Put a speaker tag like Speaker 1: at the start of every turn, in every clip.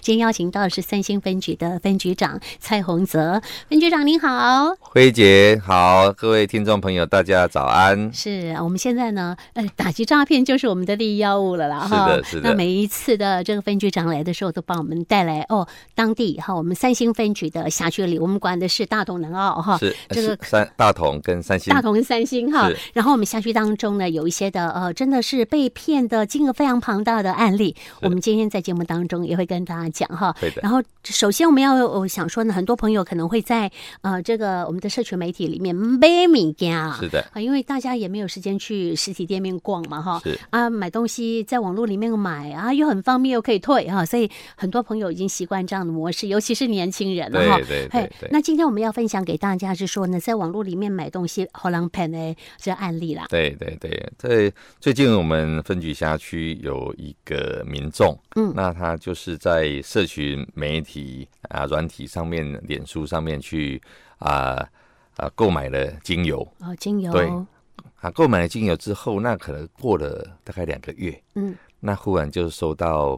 Speaker 1: 今天邀请到的是三星分局的分局长蔡洪泽，分局长您好。
Speaker 2: 辉姐好，各位听众朋友，大家早安。
Speaker 1: 是我们现在呢，呃，打击诈骗就是我们的第一要务了啦。
Speaker 2: 是
Speaker 1: 哈
Speaker 2: 的是的
Speaker 1: 那每一次的这个分局长来的时候，都帮我们带来哦，当地哈，我们三星分局的辖区里，我们管的是大同南澳哈。
Speaker 2: 是
Speaker 1: 哦这个
Speaker 2: 是三大同跟三星
Speaker 1: 大同跟三星哈
Speaker 2: 是，
Speaker 1: 然后我们辖区当中呢，有一些的呃，真的是被骗的金额非常庞大的案例，我们今天在节目当中也会跟大家讲哈。
Speaker 2: 对的
Speaker 1: 然后，首先我们要呃想说呢，很多朋友可能会在呃这个我们的社群媒体里面买米家，
Speaker 2: 是的，
Speaker 1: 啊，因为大家也没有时间去实体店面逛嘛，哈。
Speaker 2: 是
Speaker 1: 啊，买东西在网络里面买啊，又很方便，又可以退啊，所以很多朋友已经习惯这样的模式，尤其是年轻人了
Speaker 2: 对
Speaker 1: 哈。
Speaker 2: 对
Speaker 1: 嘿
Speaker 2: 对对
Speaker 1: 那今天我们要分享给大家是说呢，在网络里面买东西好浪骗的这案例啦。
Speaker 2: 对对对。在最近我们分局辖区有一个民众，
Speaker 1: 嗯
Speaker 2: 那他就是在社群媒体啊、软体上面、脸书上面去啊啊、购买了精油
Speaker 1: 哦，精油，
Speaker 2: 对啊，购买了精油之后，那可能过了大概两个月，
Speaker 1: 嗯，
Speaker 2: 那忽然就收到，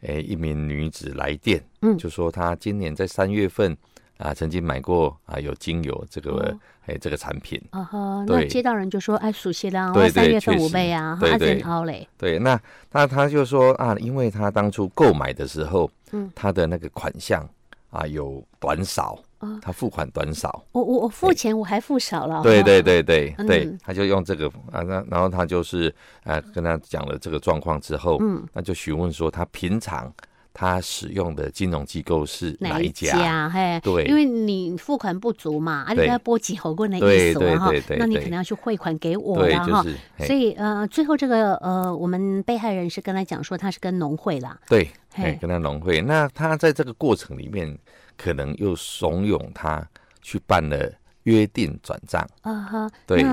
Speaker 2: 诶、一名女子来电，
Speaker 1: 嗯
Speaker 2: 就说她今年在三月份啊，曾经买过啊有精油这个诶、
Speaker 1: 哦
Speaker 2: 这个产品。
Speaker 1: 啊哈，那
Speaker 2: 对
Speaker 1: 接到人就说，哎，熟悉啦，
Speaker 2: 对
Speaker 1: 我三
Speaker 2: 对
Speaker 1: 月份
Speaker 2: 确
Speaker 1: 五
Speaker 2: 实
Speaker 1: 倍啊，
Speaker 2: 对
Speaker 1: 阿
Speaker 2: 对
Speaker 1: 珍凹嘞，
Speaker 2: 对，那那她就说啊，因为她当初购买的时候，
Speaker 1: 嗯，
Speaker 2: 她的那个款项啊有短少
Speaker 1: 哦，
Speaker 2: 她付款短少，
Speaker 1: 我我我付钱我还付少了，
Speaker 2: 对
Speaker 1: 哈
Speaker 2: 对，对对
Speaker 1: 哦嗯
Speaker 2: 对，他就用这个啊，那然后他就是啊跟他讲了这个状况之后，
Speaker 1: 嗯，
Speaker 2: 那就询问说他平常他使用的金融机构是
Speaker 1: 哪
Speaker 2: 哪
Speaker 1: 一
Speaker 2: 一家？
Speaker 1: 家？嘿，
Speaker 2: 对
Speaker 1: 因为你付款不足嘛，啊，你
Speaker 2: 对
Speaker 1: 要拨几口棍的意
Speaker 2: 对
Speaker 1: 思
Speaker 2: 对
Speaker 1: 啊嘛哈
Speaker 2: 对，对
Speaker 1: 那你
Speaker 2: 对
Speaker 1: 可能要去汇款给我
Speaker 2: 对
Speaker 1: 了，哈
Speaker 2: 就。是嘿
Speaker 1: 所以呃，最后这个呃，我们被害人是跟他讲说他是跟农会啦，
Speaker 2: 对，
Speaker 1: 嘿
Speaker 2: 哎，跟他融会。那他在这个过程里面，可能又怂恿他去办了约定转账。
Speaker 1: 啊哈，
Speaker 2: 对
Speaker 1: 那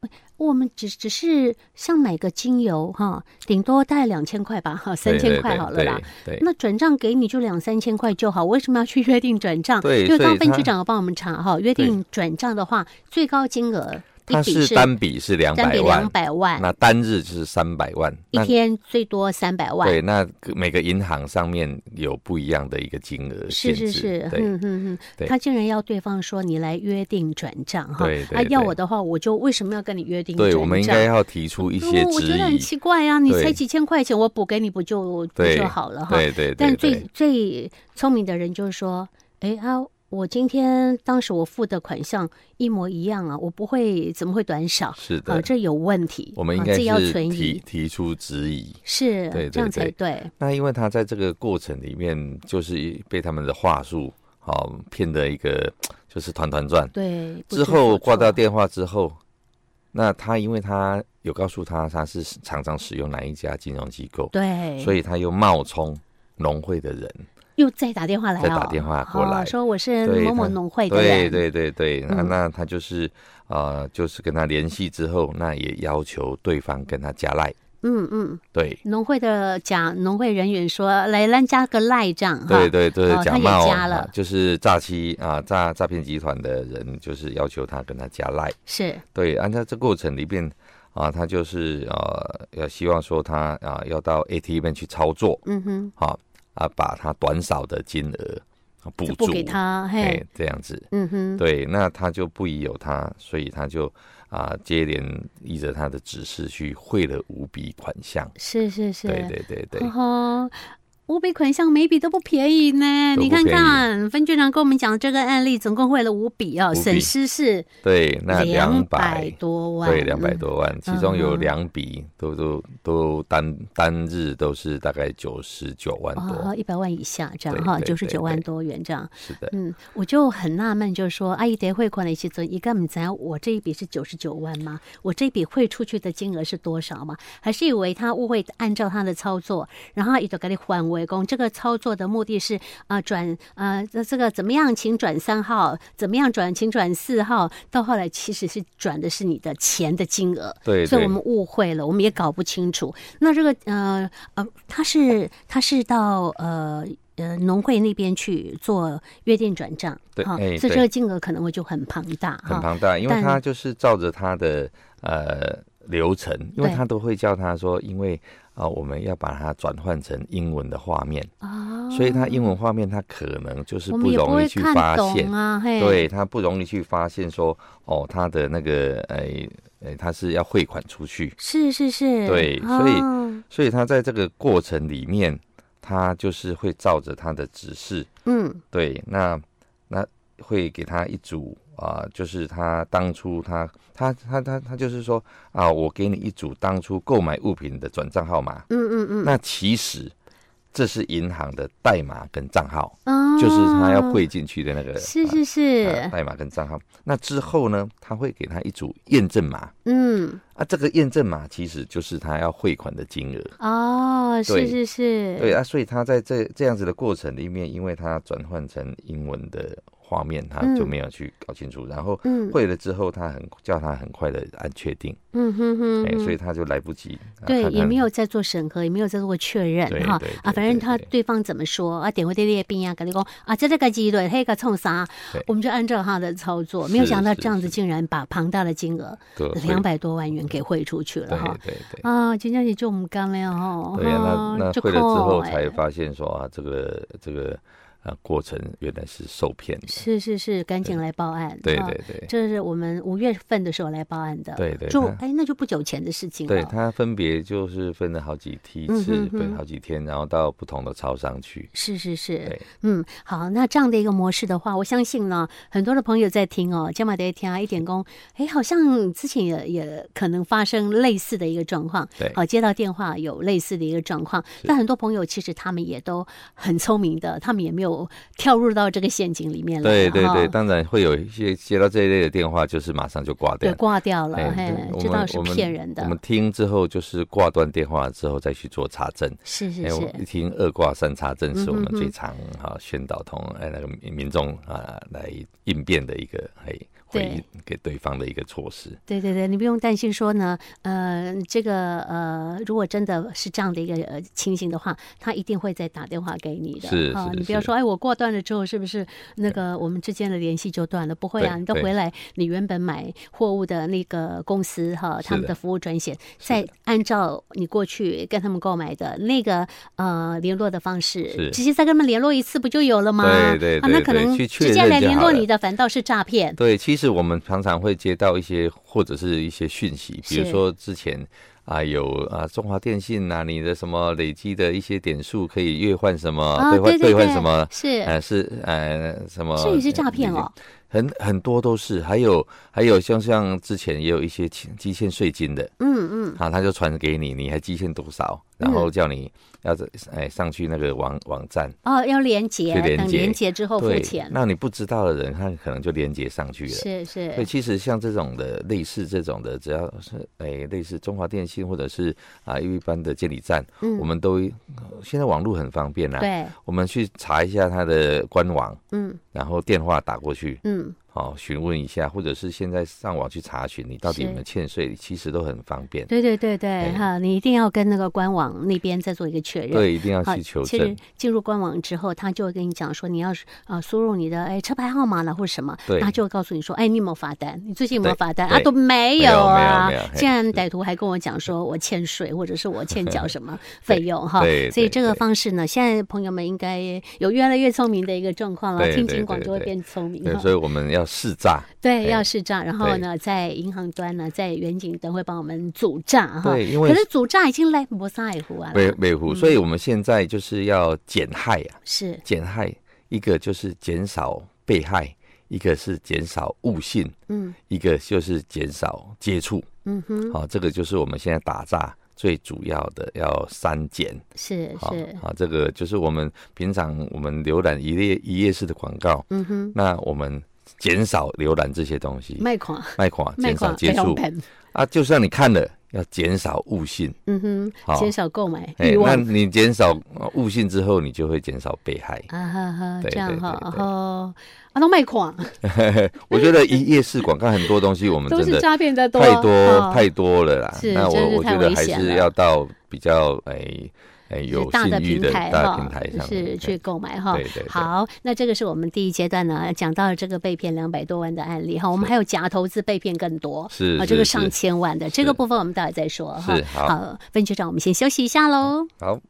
Speaker 1: 呃我们只只是像买个精油哈，顶多大概两千块吧，哈，三
Speaker 2: 对
Speaker 1: 千
Speaker 2: 对
Speaker 1: 块
Speaker 2: 对
Speaker 1: 好了啦。
Speaker 2: 对，对
Speaker 1: 那转账给你就两三千块就好，为什么要去约定转账？
Speaker 2: 对
Speaker 1: 因为刚
Speaker 2: 所
Speaker 1: 刚
Speaker 2: 以
Speaker 1: 分局
Speaker 2: 他
Speaker 1: 长有帮我们查哈，约定转账的话，最高金额一
Speaker 2: 他
Speaker 1: 笔
Speaker 2: 是单笔是两
Speaker 1: 单
Speaker 2: 百
Speaker 1: 笔两
Speaker 2: 万，
Speaker 1: 百万，
Speaker 2: 那单日就是三百万，
Speaker 1: 一
Speaker 2: 那
Speaker 1: 天最多三百万。
Speaker 2: 对，那个每个银行上面有不一样的一个金额限
Speaker 1: 是是
Speaker 2: 制，
Speaker 1: 是，
Speaker 2: 对、
Speaker 1: 嗯嗯嗯，
Speaker 2: 对
Speaker 1: 他竟然要对方说你来约定转账哈，
Speaker 2: 对对
Speaker 1: 啊，
Speaker 2: 对
Speaker 1: 要我的话，我就为什么要跟你约定转
Speaker 2: 对，
Speaker 1: 账？
Speaker 2: 我们应该要提出一些
Speaker 1: 哦我
Speaker 2: 质
Speaker 1: 觉得很
Speaker 2: 疑，
Speaker 1: 奇怪啊，你
Speaker 2: 对
Speaker 1: 才几千块钱，我补给你不就不
Speaker 2: 对
Speaker 1: 就好了哈？
Speaker 2: 对对对
Speaker 1: 但最
Speaker 2: 对
Speaker 1: 最聪明的人就是说，哎啊，我今天当时我付的款项一模一样啊，我不会怎么会短少
Speaker 2: 是的、
Speaker 1: 啊？这有问题，
Speaker 2: 我
Speaker 1: 啊
Speaker 2: 们应该
Speaker 1: 这要
Speaker 2: 是
Speaker 1: 存
Speaker 2: 提
Speaker 1: 疑，
Speaker 2: 提出质疑。
Speaker 1: 是
Speaker 2: 对对
Speaker 1: 这样才
Speaker 2: 对
Speaker 1: 对。
Speaker 2: 那因为他在这个过程里面，就是被他们的话术哦骗的一个就是团团转，
Speaker 1: 对，不
Speaker 2: 之
Speaker 1: 知所
Speaker 2: 后挂掉
Speaker 1: 措
Speaker 2: 电话之后，那他因为他有告诉他他是常常使用哪一家金融机构，
Speaker 1: 对，
Speaker 2: 所
Speaker 1: 以
Speaker 2: 以他又冒充农会的人。
Speaker 1: 又再打电话来、哦，
Speaker 2: 再打电话过来
Speaker 1: 哦、说我是
Speaker 2: 对
Speaker 1: 某某
Speaker 2: 他
Speaker 1: 农会的
Speaker 2: 对
Speaker 1: 人，
Speaker 2: 对对对，那、
Speaker 1: 嗯
Speaker 2: 那他就是呃，就是跟他联系之后，那也要求对方跟他加赖，
Speaker 1: 嗯嗯，
Speaker 2: 对
Speaker 1: 农会的假农会人员说来，咱加个赖账哈，
Speaker 2: 对对对
Speaker 1: 哦，他
Speaker 2: 假
Speaker 1: 也
Speaker 2: 冒、
Speaker 1: 加了
Speaker 2: 啊就是诈欺啊，诈诈骗集团的人，就是要求他跟他加赖，
Speaker 1: 是
Speaker 2: 对，按照这过程里面啊，他就是呃，要希望说他啊要到 ATM 去操作
Speaker 1: 嗯哼，
Speaker 2: 啊啊，把他短少的金额啊补
Speaker 1: 就不
Speaker 2: 足
Speaker 1: 给他嘿，
Speaker 2: 哎，这样子，
Speaker 1: 嗯哼，
Speaker 2: 对，那他就不疑有他，所以他就啊、接连依着他的指示去汇了五笔款项。
Speaker 1: 是是是，
Speaker 2: 对对对对，
Speaker 1: 哦吼。五笔款项每笔都不便宜呢，
Speaker 2: 都不
Speaker 1: 你看
Speaker 2: 便宜
Speaker 1: 看分局长跟我们讲这个案例，总共汇了五笔哦，
Speaker 2: 五笔
Speaker 1: 损失是
Speaker 2: 对，那两
Speaker 1: 百
Speaker 2: 百
Speaker 1: 多万，
Speaker 2: 对两百多万，其中
Speaker 1: 嗯
Speaker 2: 有
Speaker 1: 哼
Speaker 2: 两笔都都都单单日都是大概九十九万
Speaker 1: 哦，
Speaker 2: 多，
Speaker 1: 一百万以下这样
Speaker 2: 对
Speaker 1: 哈，
Speaker 2: 对
Speaker 1: 九十九万
Speaker 2: 对对
Speaker 1: 多元这样。
Speaker 2: 是的，
Speaker 1: 嗯，我就很纳闷，就是说，阿姨得汇款的时阵，一个唔知道我这一笔是九十九万吗？我这笔汇出去的金额是多少吗？还是以为他误会，按照他的操作，然后伊就给你返为公。这个操作的目的是啊、呃转呃这这个怎么样，请转三号，怎么样转，请转四号。到后来其实是转的是你的钱的金额，
Speaker 2: 对
Speaker 1: 所以
Speaker 2: 对
Speaker 1: 我们误会了，我们也搞不清楚。那这个呃呃，他是他是到呃呃农会那边去做约定转账，
Speaker 2: 对
Speaker 1: 哈
Speaker 2: 哎
Speaker 1: 所以
Speaker 2: 对
Speaker 1: 这个金额可能会就很庞大
Speaker 2: 很
Speaker 1: 哈。
Speaker 2: 庞大，因为
Speaker 1: 但
Speaker 2: 他就是照着他的呃流程，因为
Speaker 1: 对
Speaker 2: 他都会叫他说，因为啊、我们要把它转换成英文的画面，
Speaker 1: 哦，
Speaker 2: 所以他英文画面他可能就是
Speaker 1: 我
Speaker 2: 不
Speaker 1: 们也不
Speaker 2: 容易
Speaker 1: 会
Speaker 2: 去
Speaker 1: 看
Speaker 2: 发现
Speaker 1: 懂，啊，嘿，
Speaker 2: 对他不容易去发现说，哦，他的那个诶诶，他是要汇款出去，
Speaker 1: 是是是，
Speaker 2: 对所以
Speaker 1: 哦
Speaker 2: 所以他在这个过程里面，他就是会照着他的指示，
Speaker 1: 嗯，
Speaker 2: 对，那那会给他一组啊、就是他当初他他他他他就是说啊，我给你一组当初购买物品的转账号码，
Speaker 1: 嗯嗯嗯，
Speaker 2: 那其实这是银行的代码跟账号，
Speaker 1: 那
Speaker 2: 就是他要汇进去的那个，
Speaker 1: 哦是
Speaker 2: 啊
Speaker 1: 是
Speaker 2: 啊
Speaker 1: 是，
Speaker 2: 代码跟账号。那之后呢，他会给他一组验证码
Speaker 1: 嗯，
Speaker 2: 啊，这个验证码其实就是他要汇款的金额。
Speaker 1: 哦，是
Speaker 2: 对
Speaker 1: 是是，
Speaker 2: 对啊，所以他在这这样子的过程里面，因为他转换成英文的画面，他就
Speaker 1: 嗯
Speaker 2: 没有去搞清楚，然后
Speaker 1: 嗯
Speaker 2: 会了之后，他很叫他很快的按确定，
Speaker 1: 嗯哼哼
Speaker 2: 哎、
Speaker 1: 哼，
Speaker 2: 所以他就来不及、啊
Speaker 1: 对，
Speaker 2: 看
Speaker 1: 也
Speaker 2: 看
Speaker 1: 没有在做审核，也没有在做确认
Speaker 2: 对
Speaker 1: 哈
Speaker 2: 对
Speaker 1: 啊，
Speaker 2: 对
Speaker 1: 反正
Speaker 2: 对
Speaker 1: 他
Speaker 2: 对
Speaker 1: 对方怎么说啊，点回对列兵啊，跟你讲啊，这这个鸡对，那个冲啥
Speaker 2: 对，
Speaker 1: 我们就按照他的操作，没有
Speaker 2: 是
Speaker 1: 想到
Speaker 2: 是
Speaker 1: 这样子
Speaker 2: 是
Speaker 1: 竟然把庞大的金额
Speaker 2: 对
Speaker 1: 两，百多万元给汇出去
Speaker 2: 会
Speaker 1: 了
Speaker 2: 对
Speaker 1: 哈
Speaker 2: 对对。
Speaker 1: 啊，真正是就唔甘了吼，
Speaker 2: 对呀、啊
Speaker 1: 哈啊
Speaker 2: 那那
Speaker 1: 就
Speaker 2: 会了之后
Speaker 1: 靠
Speaker 2: 才
Speaker 1: 哎
Speaker 2: 发现说啊，这个这个呃过程原来是受骗的，
Speaker 1: 是是是，赶紧来报案，
Speaker 2: 对
Speaker 1: 啊
Speaker 2: 对对，
Speaker 1: 这是我们五月份的时候来报案的，
Speaker 2: 对对
Speaker 1: 就
Speaker 2: 他
Speaker 1: 哎那就不久前的事情
Speaker 2: 对
Speaker 1: 了，
Speaker 2: 他分别就是分了好几梯
Speaker 1: 啊嗯
Speaker 2: 次
Speaker 1: 哼，
Speaker 2: 分
Speaker 1: 哼
Speaker 2: 好几天，然后到不同的超商去，
Speaker 1: 是是是，
Speaker 2: 对
Speaker 1: 嗯，好，那这样的一个模式的话，我相信呢，很多的朋友在听哦，加马德听啊一点工，哎，好像之前也也可能发生类似的一个状况，
Speaker 2: 对
Speaker 1: 好、接到电话有类似的一个状况，
Speaker 2: 是
Speaker 1: 但很多朋友其实他们也都很聪明的，他们也没有跳入到这个陷阱里面来，
Speaker 2: 对对
Speaker 1: 哈
Speaker 2: 对，当然会有一些接到这一类的电话，就是马上就挂
Speaker 1: 对
Speaker 2: 掉。哎
Speaker 1: 挂掉了，嘿
Speaker 2: 对，我
Speaker 1: 知道
Speaker 2: 们
Speaker 1: 是
Speaker 2: 我们
Speaker 1: 骗人
Speaker 2: 我
Speaker 1: 的
Speaker 2: 们，听之后就是挂断电话之后再去做查证。
Speaker 1: 是是
Speaker 2: 哎，我
Speaker 1: 是，
Speaker 2: 一听二挂三查证是我
Speaker 1: 嗯
Speaker 2: 们
Speaker 1: 哼
Speaker 2: 最
Speaker 1: 哼
Speaker 2: 常哈、宣导同哎那个民民众啊来应变的一个哎回
Speaker 1: 对
Speaker 2: 应给对方的一个措施。
Speaker 1: 对对对，你不用担心说呢，呃，这个呃，如果真的是这样的一个呃情形的话，他一定会再打电话给你的。
Speaker 2: 是
Speaker 1: 啊，
Speaker 2: 是
Speaker 1: 你不要
Speaker 2: 是
Speaker 1: 说，哎，我挂断了之后，是不是那个我们之间的联系就断了？不会啊，
Speaker 2: 对
Speaker 1: 你都
Speaker 2: 对
Speaker 1: 回来，你原本买货物的那个公司哈，他
Speaker 2: 是
Speaker 1: 们
Speaker 2: 的
Speaker 1: 的服务专线，再按照你过去跟他们购买的那个呃联络的方式，
Speaker 2: 是
Speaker 1: 直接再跟他们联络一次不就有了吗？
Speaker 2: 对对
Speaker 1: 啊，那
Speaker 2: 对
Speaker 1: 可
Speaker 2: 对
Speaker 1: 能
Speaker 2: 去
Speaker 1: 直
Speaker 2: 确
Speaker 1: 接
Speaker 2: 认
Speaker 1: 来
Speaker 2: 就
Speaker 1: 联
Speaker 2: 好
Speaker 1: 络
Speaker 2: 了
Speaker 1: 你的反倒是诈骗。
Speaker 2: 对，其实我们常常会接到一些或者是一些讯息，比
Speaker 1: 是
Speaker 2: 如说之前啊、有啊中华电信呐、你的什么累积的一些点数可以兑换什么、
Speaker 1: 啊，
Speaker 2: 兑
Speaker 1: 对
Speaker 2: 换
Speaker 1: 对
Speaker 2: 兑换
Speaker 1: 对
Speaker 2: 什么。
Speaker 1: 是
Speaker 2: 呃，是呃，什么？
Speaker 1: 这也是诈骗
Speaker 2: 呃
Speaker 1: 哦。
Speaker 2: 很很多都是，还有还有像像之前也有一些期期限税金的，
Speaker 1: 嗯嗯，
Speaker 2: 啊，他就传给你，你还期限多少，然后叫你要在哎上去那个网网站
Speaker 1: 哦，要连接，
Speaker 2: 去连
Speaker 1: 等
Speaker 2: 接
Speaker 1: 连接之后哦付
Speaker 2: 对
Speaker 1: 钱，
Speaker 2: 那你不知道的人，他可能就连接上去了。
Speaker 1: 是
Speaker 2: 所以
Speaker 1: 是，
Speaker 2: 其实像这种的类似这种的，只要是诶、类似中华电信或者是啊一般的监理站，
Speaker 1: 嗯
Speaker 2: 我们都现在网络很方便啦、啊
Speaker 1: 对，
Speaker 2: 我们去查一下它的官网，
Speaker 1: 嗯
Speaker 2: 然后电话打过去，
Speaker 1: 嗯，
Speaker 2: 哦，询问一下，或者是现在上网去查询你到底有没有
Speaker 1: 是
Speaker 2: 欠税，其实都很方便。
Speaker 1: 对对对对，
Speaker 2: 哎
Speaker 1: 哈，你一定要跟那个官网那边再做一个确认。
Speaker 2: 对，一定要
Speaker 1: 好，
Speaker 2: 去求
Speaker 1: 其
Speaker 2: 证
Speaker 1: 实。进入官网之后，他就会跟你讲说，你要是呃输入你的哎车牌号码了或什么，
Speaker 2: 对
Speaker 1: 他就会告诉你说，哎，你有没有罚单？你最近有没有
Speaker 2: 对
Speaker 1: 罚单
Speaker 2: 对
Speaker 1: 啊？都没
Speaker 2: 没有
Speaker 1: 啊
Speaker 2: 没有没有！嘿
Speaker 1: 竟然歹徒还跟我讲说我欠税，或者是我欠缴什么费用哈
Speaker 2: 对。对
Speaker 1: 所以这个
Speaker 2: 对
Speaker 1: 方式呢，现在朋友们应该有越来越聪明的一个状况了，
Speaker 2: 对
Speaker 1: 听
Speaker 2: 对
Speaker 1: 警广
Speaker 2: 对
Speaker 1: 就会
Speaker 2: 对
Speaker 1: 变聪明
Speaker 2: 对，
Speaker 1: 哈
Speaker 2: 所。以我们要试诈。
Speaker 1: 对，
Speaker 2: 哎
Speaker 1: 要是诈，然后
Speaker 2: 对
Speaker 1: 呢，在银行端呢，在远景都会帮我们阻诈哈。
Speaker 2: 对，因
Speaker 1: 可
Speaker 2: 为
Speaker 1: 是阻诈已经来不在乎啊啦，
Speaker 2: 维维护，所以我们现在就是要减害啊，
Speaker 1: 是
Speaker 2: 减害一个就是减少被害，一个是减少误信，
Speaker 1: 嗯
Speaker 2: 一个就是减少接触。
Speaker 1: 嗯哼，
Speaker 2: 好、这个就是我们现在打诈最主要的要删减。
Speaker 1: 是
Speaker 2: 好、
Speaker 1: 是，
Speaker 2: 好、这个就是我们平常我们浏览一页一页式的广告，
Speaker 1: 嗯哼。
Speaker 2: 那我们减少浏览这些东西，
Speaker 1: 卖款，
Speaker 2: 卖款
Speaker 1: 卖
Speaker 2: 减少
Speaker 1: 款
Speaker 2: 接
Speaker 1: 不用
Speaker 2: 触
Speaker 1: 本，
Speaker 2: 啊，就算你看了，要减少误信。
Speaker 1: 嗯哼，
Speaker 2: 好
Speaker 1: 减少购买
Speaker 2: 哎、
Speaker 1: 欲
Speaker 2: 那
Speaker 1: 望。
Speaker 2: 你减少呃误信之后，你就会减少被害。
Speaker 1: 啊哈哈，
Speaker 2: 对
Speaker 1: 这样
Speaker 2: 对
Speaker 1: 哈，
Speaker 2: 对
Speaker 1: 然
Speaker 2: 对
Speaker 1: 后啊，都卖款，
Speaker 2: 我觉得一夜市广告很多东西，我们
Speaker 1: 都
Speaker 2: 真
Speaker 1: 是
Speaker 2: 的
Speaker 1: 诈骗的多，
Speaker 2: 太多
Speaker 1: 哦
Speaker 2: 太多了啦
Speaker 1: 是。
Speaker 2: 那
Speaker 1: 真
Speaker 2: 我
Speaker 1: 是
Speaker 2: 我
Speaker 1: 太
Speaker 2: 觉得
Speaker 1: 危
Speaker 2: 还
Speaker 1: 险
Speaker 2: 是
Speaker 1: 了
Speaker 2: 要到比较哎、
Speaker 1: 就
Speaker 2: 哎
Speaker 1: 是
Speaker 2: 有
Speaker 1: 大的
Speaker 2: 信誉
Speaker 1: 平
Speaker 2: 的
Speaker 1: 台哈，
Speaker 2: 大平台上
Speaker 1: 是
Speaker 2: 面哎
Speaker 1: 去购买哈。
Speaker 2: 对对对
Speaker 1: 好，那这个是我们第一阶段呢，讲到这个被骗两百多万的案例哈，我们还有假投资被骗更多，
Speaker 2: 是
Speaker 1: 啊，
Speaker 2: 是
Speaker 1: 这个
Speaker 2: 是
Speaker 1: 上千万的这个部分我们待会再说哈
Speaker 2: 是。好
Speaker 1: 好，温局长，我们先休息一下喽。
Speaker 2: 好。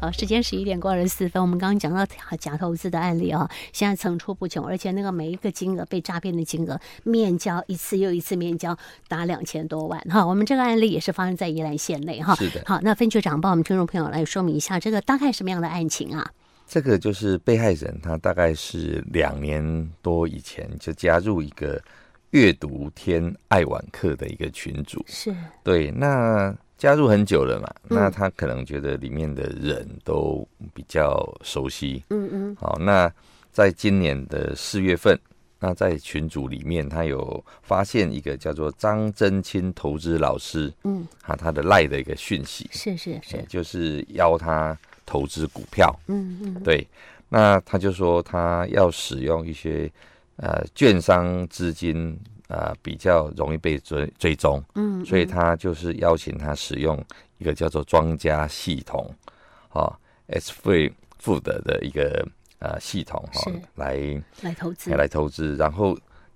Speaker 1: 好，时间十一点过二十四分。我们刚刚讲到假投资的案例啊，现在层出不穷，而且那个每一个金额被诈骗的金额，面交一次又一次面交达两千多万哈。我们这个案例也是发生在宜兰县内哈。
Speaker 2: 是的
Speaker 1: 好，那分局长帮我们听众朋友来说明一下，这个大概什么样的案情啊？
Speaker 2: 这个就是被害人，他大概是两年多以前就加入一个阅读天爱晚课的一个群组。
Speaker 1: 是
Speaker 2: 对，那加入很久了嘛，
Speaker 1: 嗯
Speaker 2: 那他可能觉得里面的人都比较熟悉。
Speaker 1: 嗯嗯，
Speaker 2: 好，那在今年的四月份，那在群组里面，他有发现一个叫做张真清投资老师，
Speaker 1: 嗯，
Speaker 2: 啊，他的赖的一个讯息，哎
Speaker 1: 是是是，
Speaker 2: 就是邀他投资股票。
Speaker 1: 嗯嗯
Speaker 2: 对，那他就说他要使用一些呃券商资金啊、呃比较容易被追追踪，
Speaker 1: 嗯，
Speaker 2: 所以他就是邀请他使用一个叫做庄家系统，啊 S 费富德的一个呃系统哈、
Speaker 1: 是
Speaker 2: 来
Speaker 1: 来投资，
Speaker 2: 来投资，然后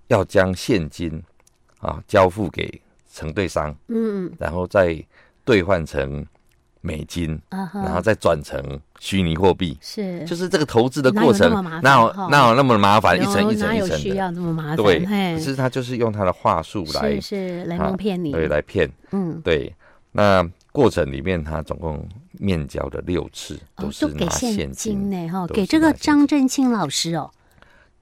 Speaker 2: 要将现金啊交付给承兑商，
Speaker 1: 嗯嗯
Speaker 2: 然后再兑换成美金，
Speaker 1: 啊哈，
Speaker 2: 然后再转成虚拟货币。
Speaker 1: 是
Speaker 2: 就是这个投资的过程
Speaker 1: 哪有那么麻，烦
Speaker 2: 哪有
Speaker 1: 哈
Speaker 2: 哪有那么麻烦，一层
Speaker 1: 有
Speaker 2: 一层
Speaker 1: 哦哪
Speaker 2: 一
Speaker 1: 有需
Speaker 2: 层的。
Speaker 1: 要那么麻烦？
Speaker 2: 对，
Speaker 1: 嘿
Speaker 2: 可是他就是用他的话术来
Speaker 1: 是是来
Speaker 2: 啊
Speaker 1: 蒙骗你，
Speaker 2: 对来骗。
Speaker 1: 嗯。
Speaker 2: 对，那过程里面他总共面交了六次，
Speaker 1: 哦，
Speaker 2: 是
Speaker 1: 给
Speaker 2: 拿
Speaker 1: 现金
Speaker 2: 金，
Speaker 1: 呢，哈，
Speaker 2: 都
Speaker 1: 给
Speaker 2: 是
Speaker 1: 这
Speaker 2: 拿
Speaker 1: 个
Speaker 2: 现
Speaker 1: 张振清老师哦，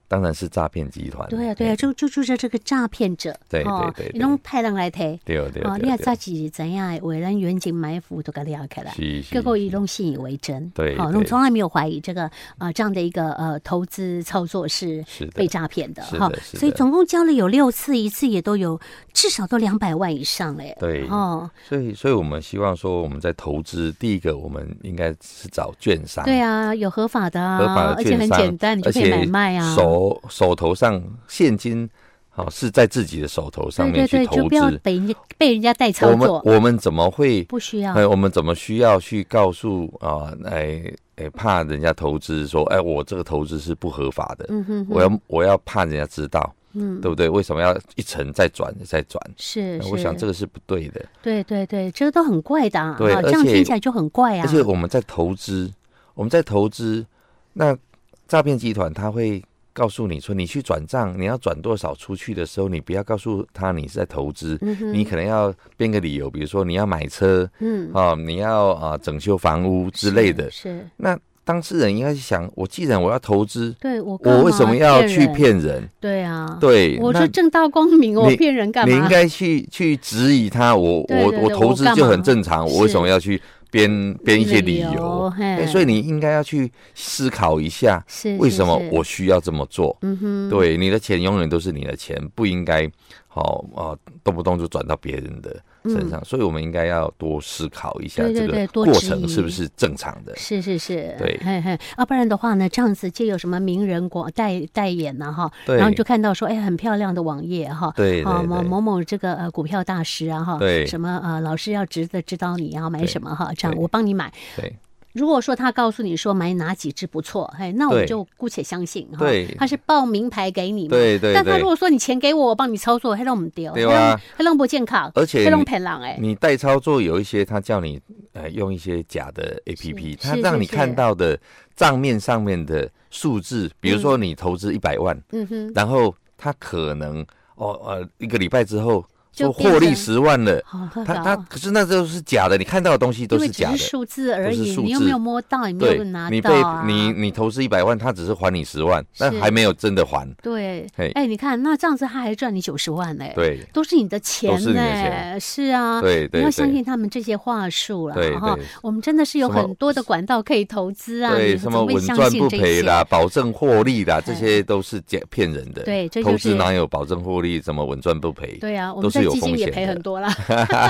Speaker 2: 当然是诈骗集团。
Speaker 1: 对啊，对啊，
Speaker 2: 嘿
Speaker 1: 就就就是这个诈骗者，
Speaker 2: 对
Speaker 1: 哦
Speaker 2: 对对对
Speaker 1: 你拢派人来提，
Speaker 2: 对哦对哦
Speaker 1: 哦，你
Speaker 2: 对
Speaker 1: 也
Speaker 2: 哦
Speaker 1: 早
Speaker 2: 对哦，
Speaker 1: 是怎样为人远景埋伏都给撩起来，
Speaker 2: 是是
Speaker 1: 结果伊
Speaker 2: 是
Speaker 1: 拢信以为真，
Speaker 2: 对
Speaker 1: 好，
Speaker 2: 对
Speaker 1: 侬从来没有怀疑这个啊这样的一个呃投资操作是
Speaker 2: 是的
Speaker 1: 被诈骗的
Speaker 2: 是的
Speaker 1: 哈，
Speaker 2: 是
Speaker 1: 所以
Speaker 2: 的
Speaker 1: 总共交了有六次，一次也都有至少都两百万以上嘞，
Speaker 2: 对
Speaker 1: 哦，
Speaker 2: 所以所以我们希望说我们在投资，第一个我们应该是找券商，
Speaker 1: 对啊，有合法的啊，
Speaker 2: 合法
Speaker 1: 而
Speaker 2: 的
Speaker 1: 且
Speaker 2: 券
Speaker 1: 很
Speaker 2: 商，
Speaker 1: 简单，你就
Speaker 2: 而
Speaker 1: 可以
Speaker 2: 且
Speaker 1: 买卖啊，
Speaker 2: 手手头上现金，好、是在自己的手头上
Speaker 1: 对对
Speaker 2: 面去
Speaker 1: 对，
Speaker 2: 投
Speaker 1: 就
Speaker 2: 资。
Speaker 1: 不要被人家被人家代操
Speaker 2: 我们
Speaker 1: 作，
Speaker 2: 我们怎么会？
Speaker 1: 不需要。
Speaker 2: 哎，我们怎么需要去告诉啊？哎哎，怕人家投资说，哎，我这个投资是不合法的，
Speaker 1: 嗯哼哼，
Speaker 2: 我要我要怕人家知道，
Speaker 1: 嗯
Speaker 2: 对不对？为什么要一层再转再转？
Speaker 1: 是
Speaker 2: 哎
Speaker 1: 是，
Speaker 2: 我想这个是不对的。
Speaker 1: 对对对，这个都很怪的啊，
Speaker 2: 对
Speaker 1: 啊
Speaker 2: 而
Speaker 1: 这样
Speaker 2: 且
Speaker 1: 听起来就很怪啊。
Speaker 2: 而且我们在投资，我们在投资，那诈骗集团他会告诉你说，你去转账，你要转多少出去的时候，你不要告诉他你是在投资，
Speaker 1: 嗯哼
Speaker 2: 你可能要编个理由，比如说你要买车
Speaker 1: 嗯
Speaker 2: 啊、你要啊、整修房屋之类的。
Speaker 1: 是是
Speaker 2: 那当事人应该是想，我既然我要投资，
Speaker 1: 对我干
Speaker 2: 我为
Speaker 1: 嘛
Speaker 2: 什么要去
Speaker 1: 人？
Speaker 2: 骗人？
Speaker 1: 对啊，
Speaker 2: 对，
Speaker 1: 我
Speaker 2: 那
Speaker 1: 就正大光明，我
Speaker 2: 你
Speaker 1: 骗人干
Speaker 2: 你应
Speaker 1: 嘛？
Speaker 2: 该去去质疑他，我
Speaker 1: 对对
Speaker 2: 我我
Speaker 1: 对
Speaker 2: 投
Speaker 1: 我
Speaker 2: 资
Speaker 1: 干
Speaker 2: 就
Speaker 1: 嘛
Speaker 2: 很正常，我为什么要去编编一些理
Speaker 1: 理由
Speaker 2: 由？
Speaker 1: 嘿
Speaker 2: 哎所以你应该要去思考一下，
Speaker 1: 是
Speaker 2: 为
Speaker 1: 是
Speaker 2: 什么
Speaker 1: 是
Speaker 2: 我需要这么做？
Speaker 1: 嗯哼
Speaker 2: 对，你的钱永远都是你的钱，不应该好啊，动不动就转到别人的身上。所以我们应该要多思考一下
Speaker 1: 嗯对对
Speaker 2: 这
Speaker 1: 对
Speaker 2: 个
Speaker 1: 多
Speaker 2: 过
Speaker 1: 质疑
Speaker 2: 程是不是正常的。
Speaker 1: 是是是，
Speaker 2: 对
Speaker 1: 嘿嘿，啊，不然的话呢，这样子就有什么名人广代代言呐、哈，
Speaker 2: 对
Speaker 1: 然后你就看到说，哎，很漂亮的网页哈，
Speaker 2: 对
Speaker 1: 啊
Speaker 2: 对
Speaker 1: 某
Speaker 2: 对
Speaker 1: 某某这个呃股票大师啊哈，
Speaker 2: 对
Speaker 1: 什么呃老师要值得指导你要买
Speaker 2: 对
Speaker 1: 什么哈，这样
Speaker 2: 对
Speaker 1: 我帮你买。
Speaker 2: 对
Speaker 1: 如果说他告诉你说买哪几只不错，哎，那我们
Speaker 2: 对
Speaker 1: 就姑且相信哈，
Speaker 2: 对
Speaker 1: 他是报名牌给你嘛，
Speaker 2: 对对
Speaker 1: 但他
Speaker 2: 对
Speaker 1: 如果说你钱给我，我帮你操作，还让我们丢，
Speaker 2: 对啊
Speaker 1: 还让不健康，
Speaker 2: 而且
Speaker 1: 还让
Speaker 2: 你
Speaker 1: 骗人哎，
Speaker 2: 你代操作有一些，他叫你呃用一些假的 A P P，
Speaker 1: 是
Speaker 2: 他
Speaker 1: 是
Speaker 2: 让你
Speaker 1: 是
Speaker 2: 看到的账面上面的数字，比如说你投资一百万，
Speaker 1: 嗯哼，
Speaker 2: 然后他可能哦呃一个礼拜之后
Speaker 1: 就
Speaker 2: 说
Speaker 1: 变
Speaker 2: 获利
Speaker 1: 成哦嗯
Speaker 2: 十万了，
Speaker 1: 好
Speaker 2: 他
Speaker 1: 可
Speaker 2: 他可是那都是假的，你看到的东西都
Speaker 1: 因为
Speaker 2: 是
Speaker 1: 只
Speaker 2: 假
Speaker 1: 是
Speaker 2: 的。
Speaker 1: 数字而
Speaker 2: 都是
Speaker 1: 已，
Speaker 2: 数
Speaker 1: 你又
Speaker 2: 字
Speaker 1: 没有摸到，也没
Speaker 2: 对
Speaker 1: 有拿，
Speaker 2: 你被
Speaker 1: 到啊。
Speaker 2: 你你投资一百万，他只是还你十万，但
Speaker 1: 是
Speaker 2: 还没有真的还。
Speaker 1: 对，
Speaker 2: 嘿
Speaker 1: 哎，你看那这样子他还赚你九十万呢、
Speaker 2: 对
Speaker 1: 都是你的钱
Speaker 2: 都是你
Speaker 1: 呢、
Speaker 2: 的钱
Speaker 1: 是啊，
Speaker 2: 对对
Speaker 1: 你要相
Speaker 2: 对
Speaker 1: 信他们这些话术了
Speaker 2: 对
Speaker 1: 哈
Speaker 2: 对。
Speaker 1: 我们真的是有
Speaker 2: 什么
Speaker 1: 很多的管道可以投资啊，你
Speaker 2: 对，
Speaker 1: 怎
Speaker 2: 什么
Speaker 1: 么会
Speaker 2: 稳
Speaker 1: 相
Speaker 2: 赚
Speaker 1: 信
Speaker 2: 不
Speaker 1: 这些？
Speaker 2: 赔啦，保证获利啦，这
Speaker 1: 哎
Speaker 2: 些都是假骗人的。
Speaker 1: 对这就
Speaker 2: 投资
Speaker 1: 是
Speaker 2: 哪有保证获利？怎么稳赚不赔？
Speaker 1: 对啊，我
Speaker 2: 都
Speaker 1: 们
Speaker 2: 是
Speaker 1: 在在
Speaker 2: 是有
Speaker 1: 基金
Speaker 2: 风
Speaker 1: 也
Speaker 2: 险
Speaker 1: 赔很
Speaker 2: 的。
Speaker 1: 多了，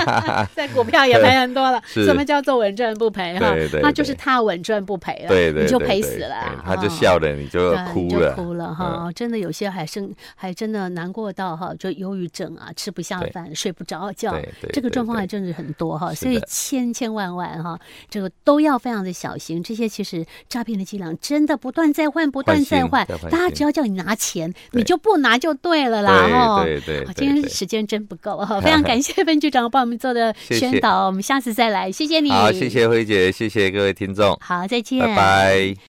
Speaker 1: 在股票也赔很多了。
Speaker 2: 是
Speaker 1: 什么叫做稳赚不赔哈
Speaker 2: 对对？
Speaker 1: 那就是
Speaker 2: 对
Speaker 1: 踏稳赚不赔了，
Speaker 2: 对对，
Speaker 1: 你就
Speaker 2: 对
Speaker 1: 赔
Speaker 2: 对
Speaker 1: 死了
Speaker 2: 哎
Speaker 1: 啊，
Speaker 2: 他就
Speaker 1: 哦
Speaker 2: 笑了，你就
Speaker 1: 对，你
Speaker 2: 哭
Speaker 1: 就
Speaker 2: 了，嗯
Speaker 1: 哭了哈，真的有些还生还真的难过到哈，就忧郁症啊，吃不下
Speaker 2: 对
Speaker 1: 饭，睡不着觉
Speaker 2: 对对，
Speaker 1: 这个
Speaker 2: 对
Speaker 1: 状况
Speaker 2: 对
Speaker 1: 还真是很多哈，
Speaker 2: 是
Speaker 1: 所以
Speaker 2: 的
Speaker 1: 千千万万哈，这个都要非常的小心。这些其实诈骗的伎俩真的不断在换，不断在
Speaker 2: 新
Speaker 1: 换
Speaker 2: 再，换
Speaker 1: 大家
Speaker 2: 新
Speaker 1: 只要叫你拿钱，你
Speaker 2: 对
Speaker 1: 就不拿就对了啦哈。
Speaker 2: 对对对
Speaker 1: 啊
Speaker 2: 对，
Speaker 1: 今天
Speaker 2: 对
Speaker 1: 时间真不够哈，非 常感谢分局长帮我们做的
Speaker 2: 谢谢
Speaker 1: 宣导，我们下次再来，谢谢你。
Speaker 2: 好，谢。谢辉姐，谢谢各位听众，
Speaker 1: 好，再见。
Speaker 2: 拜拜。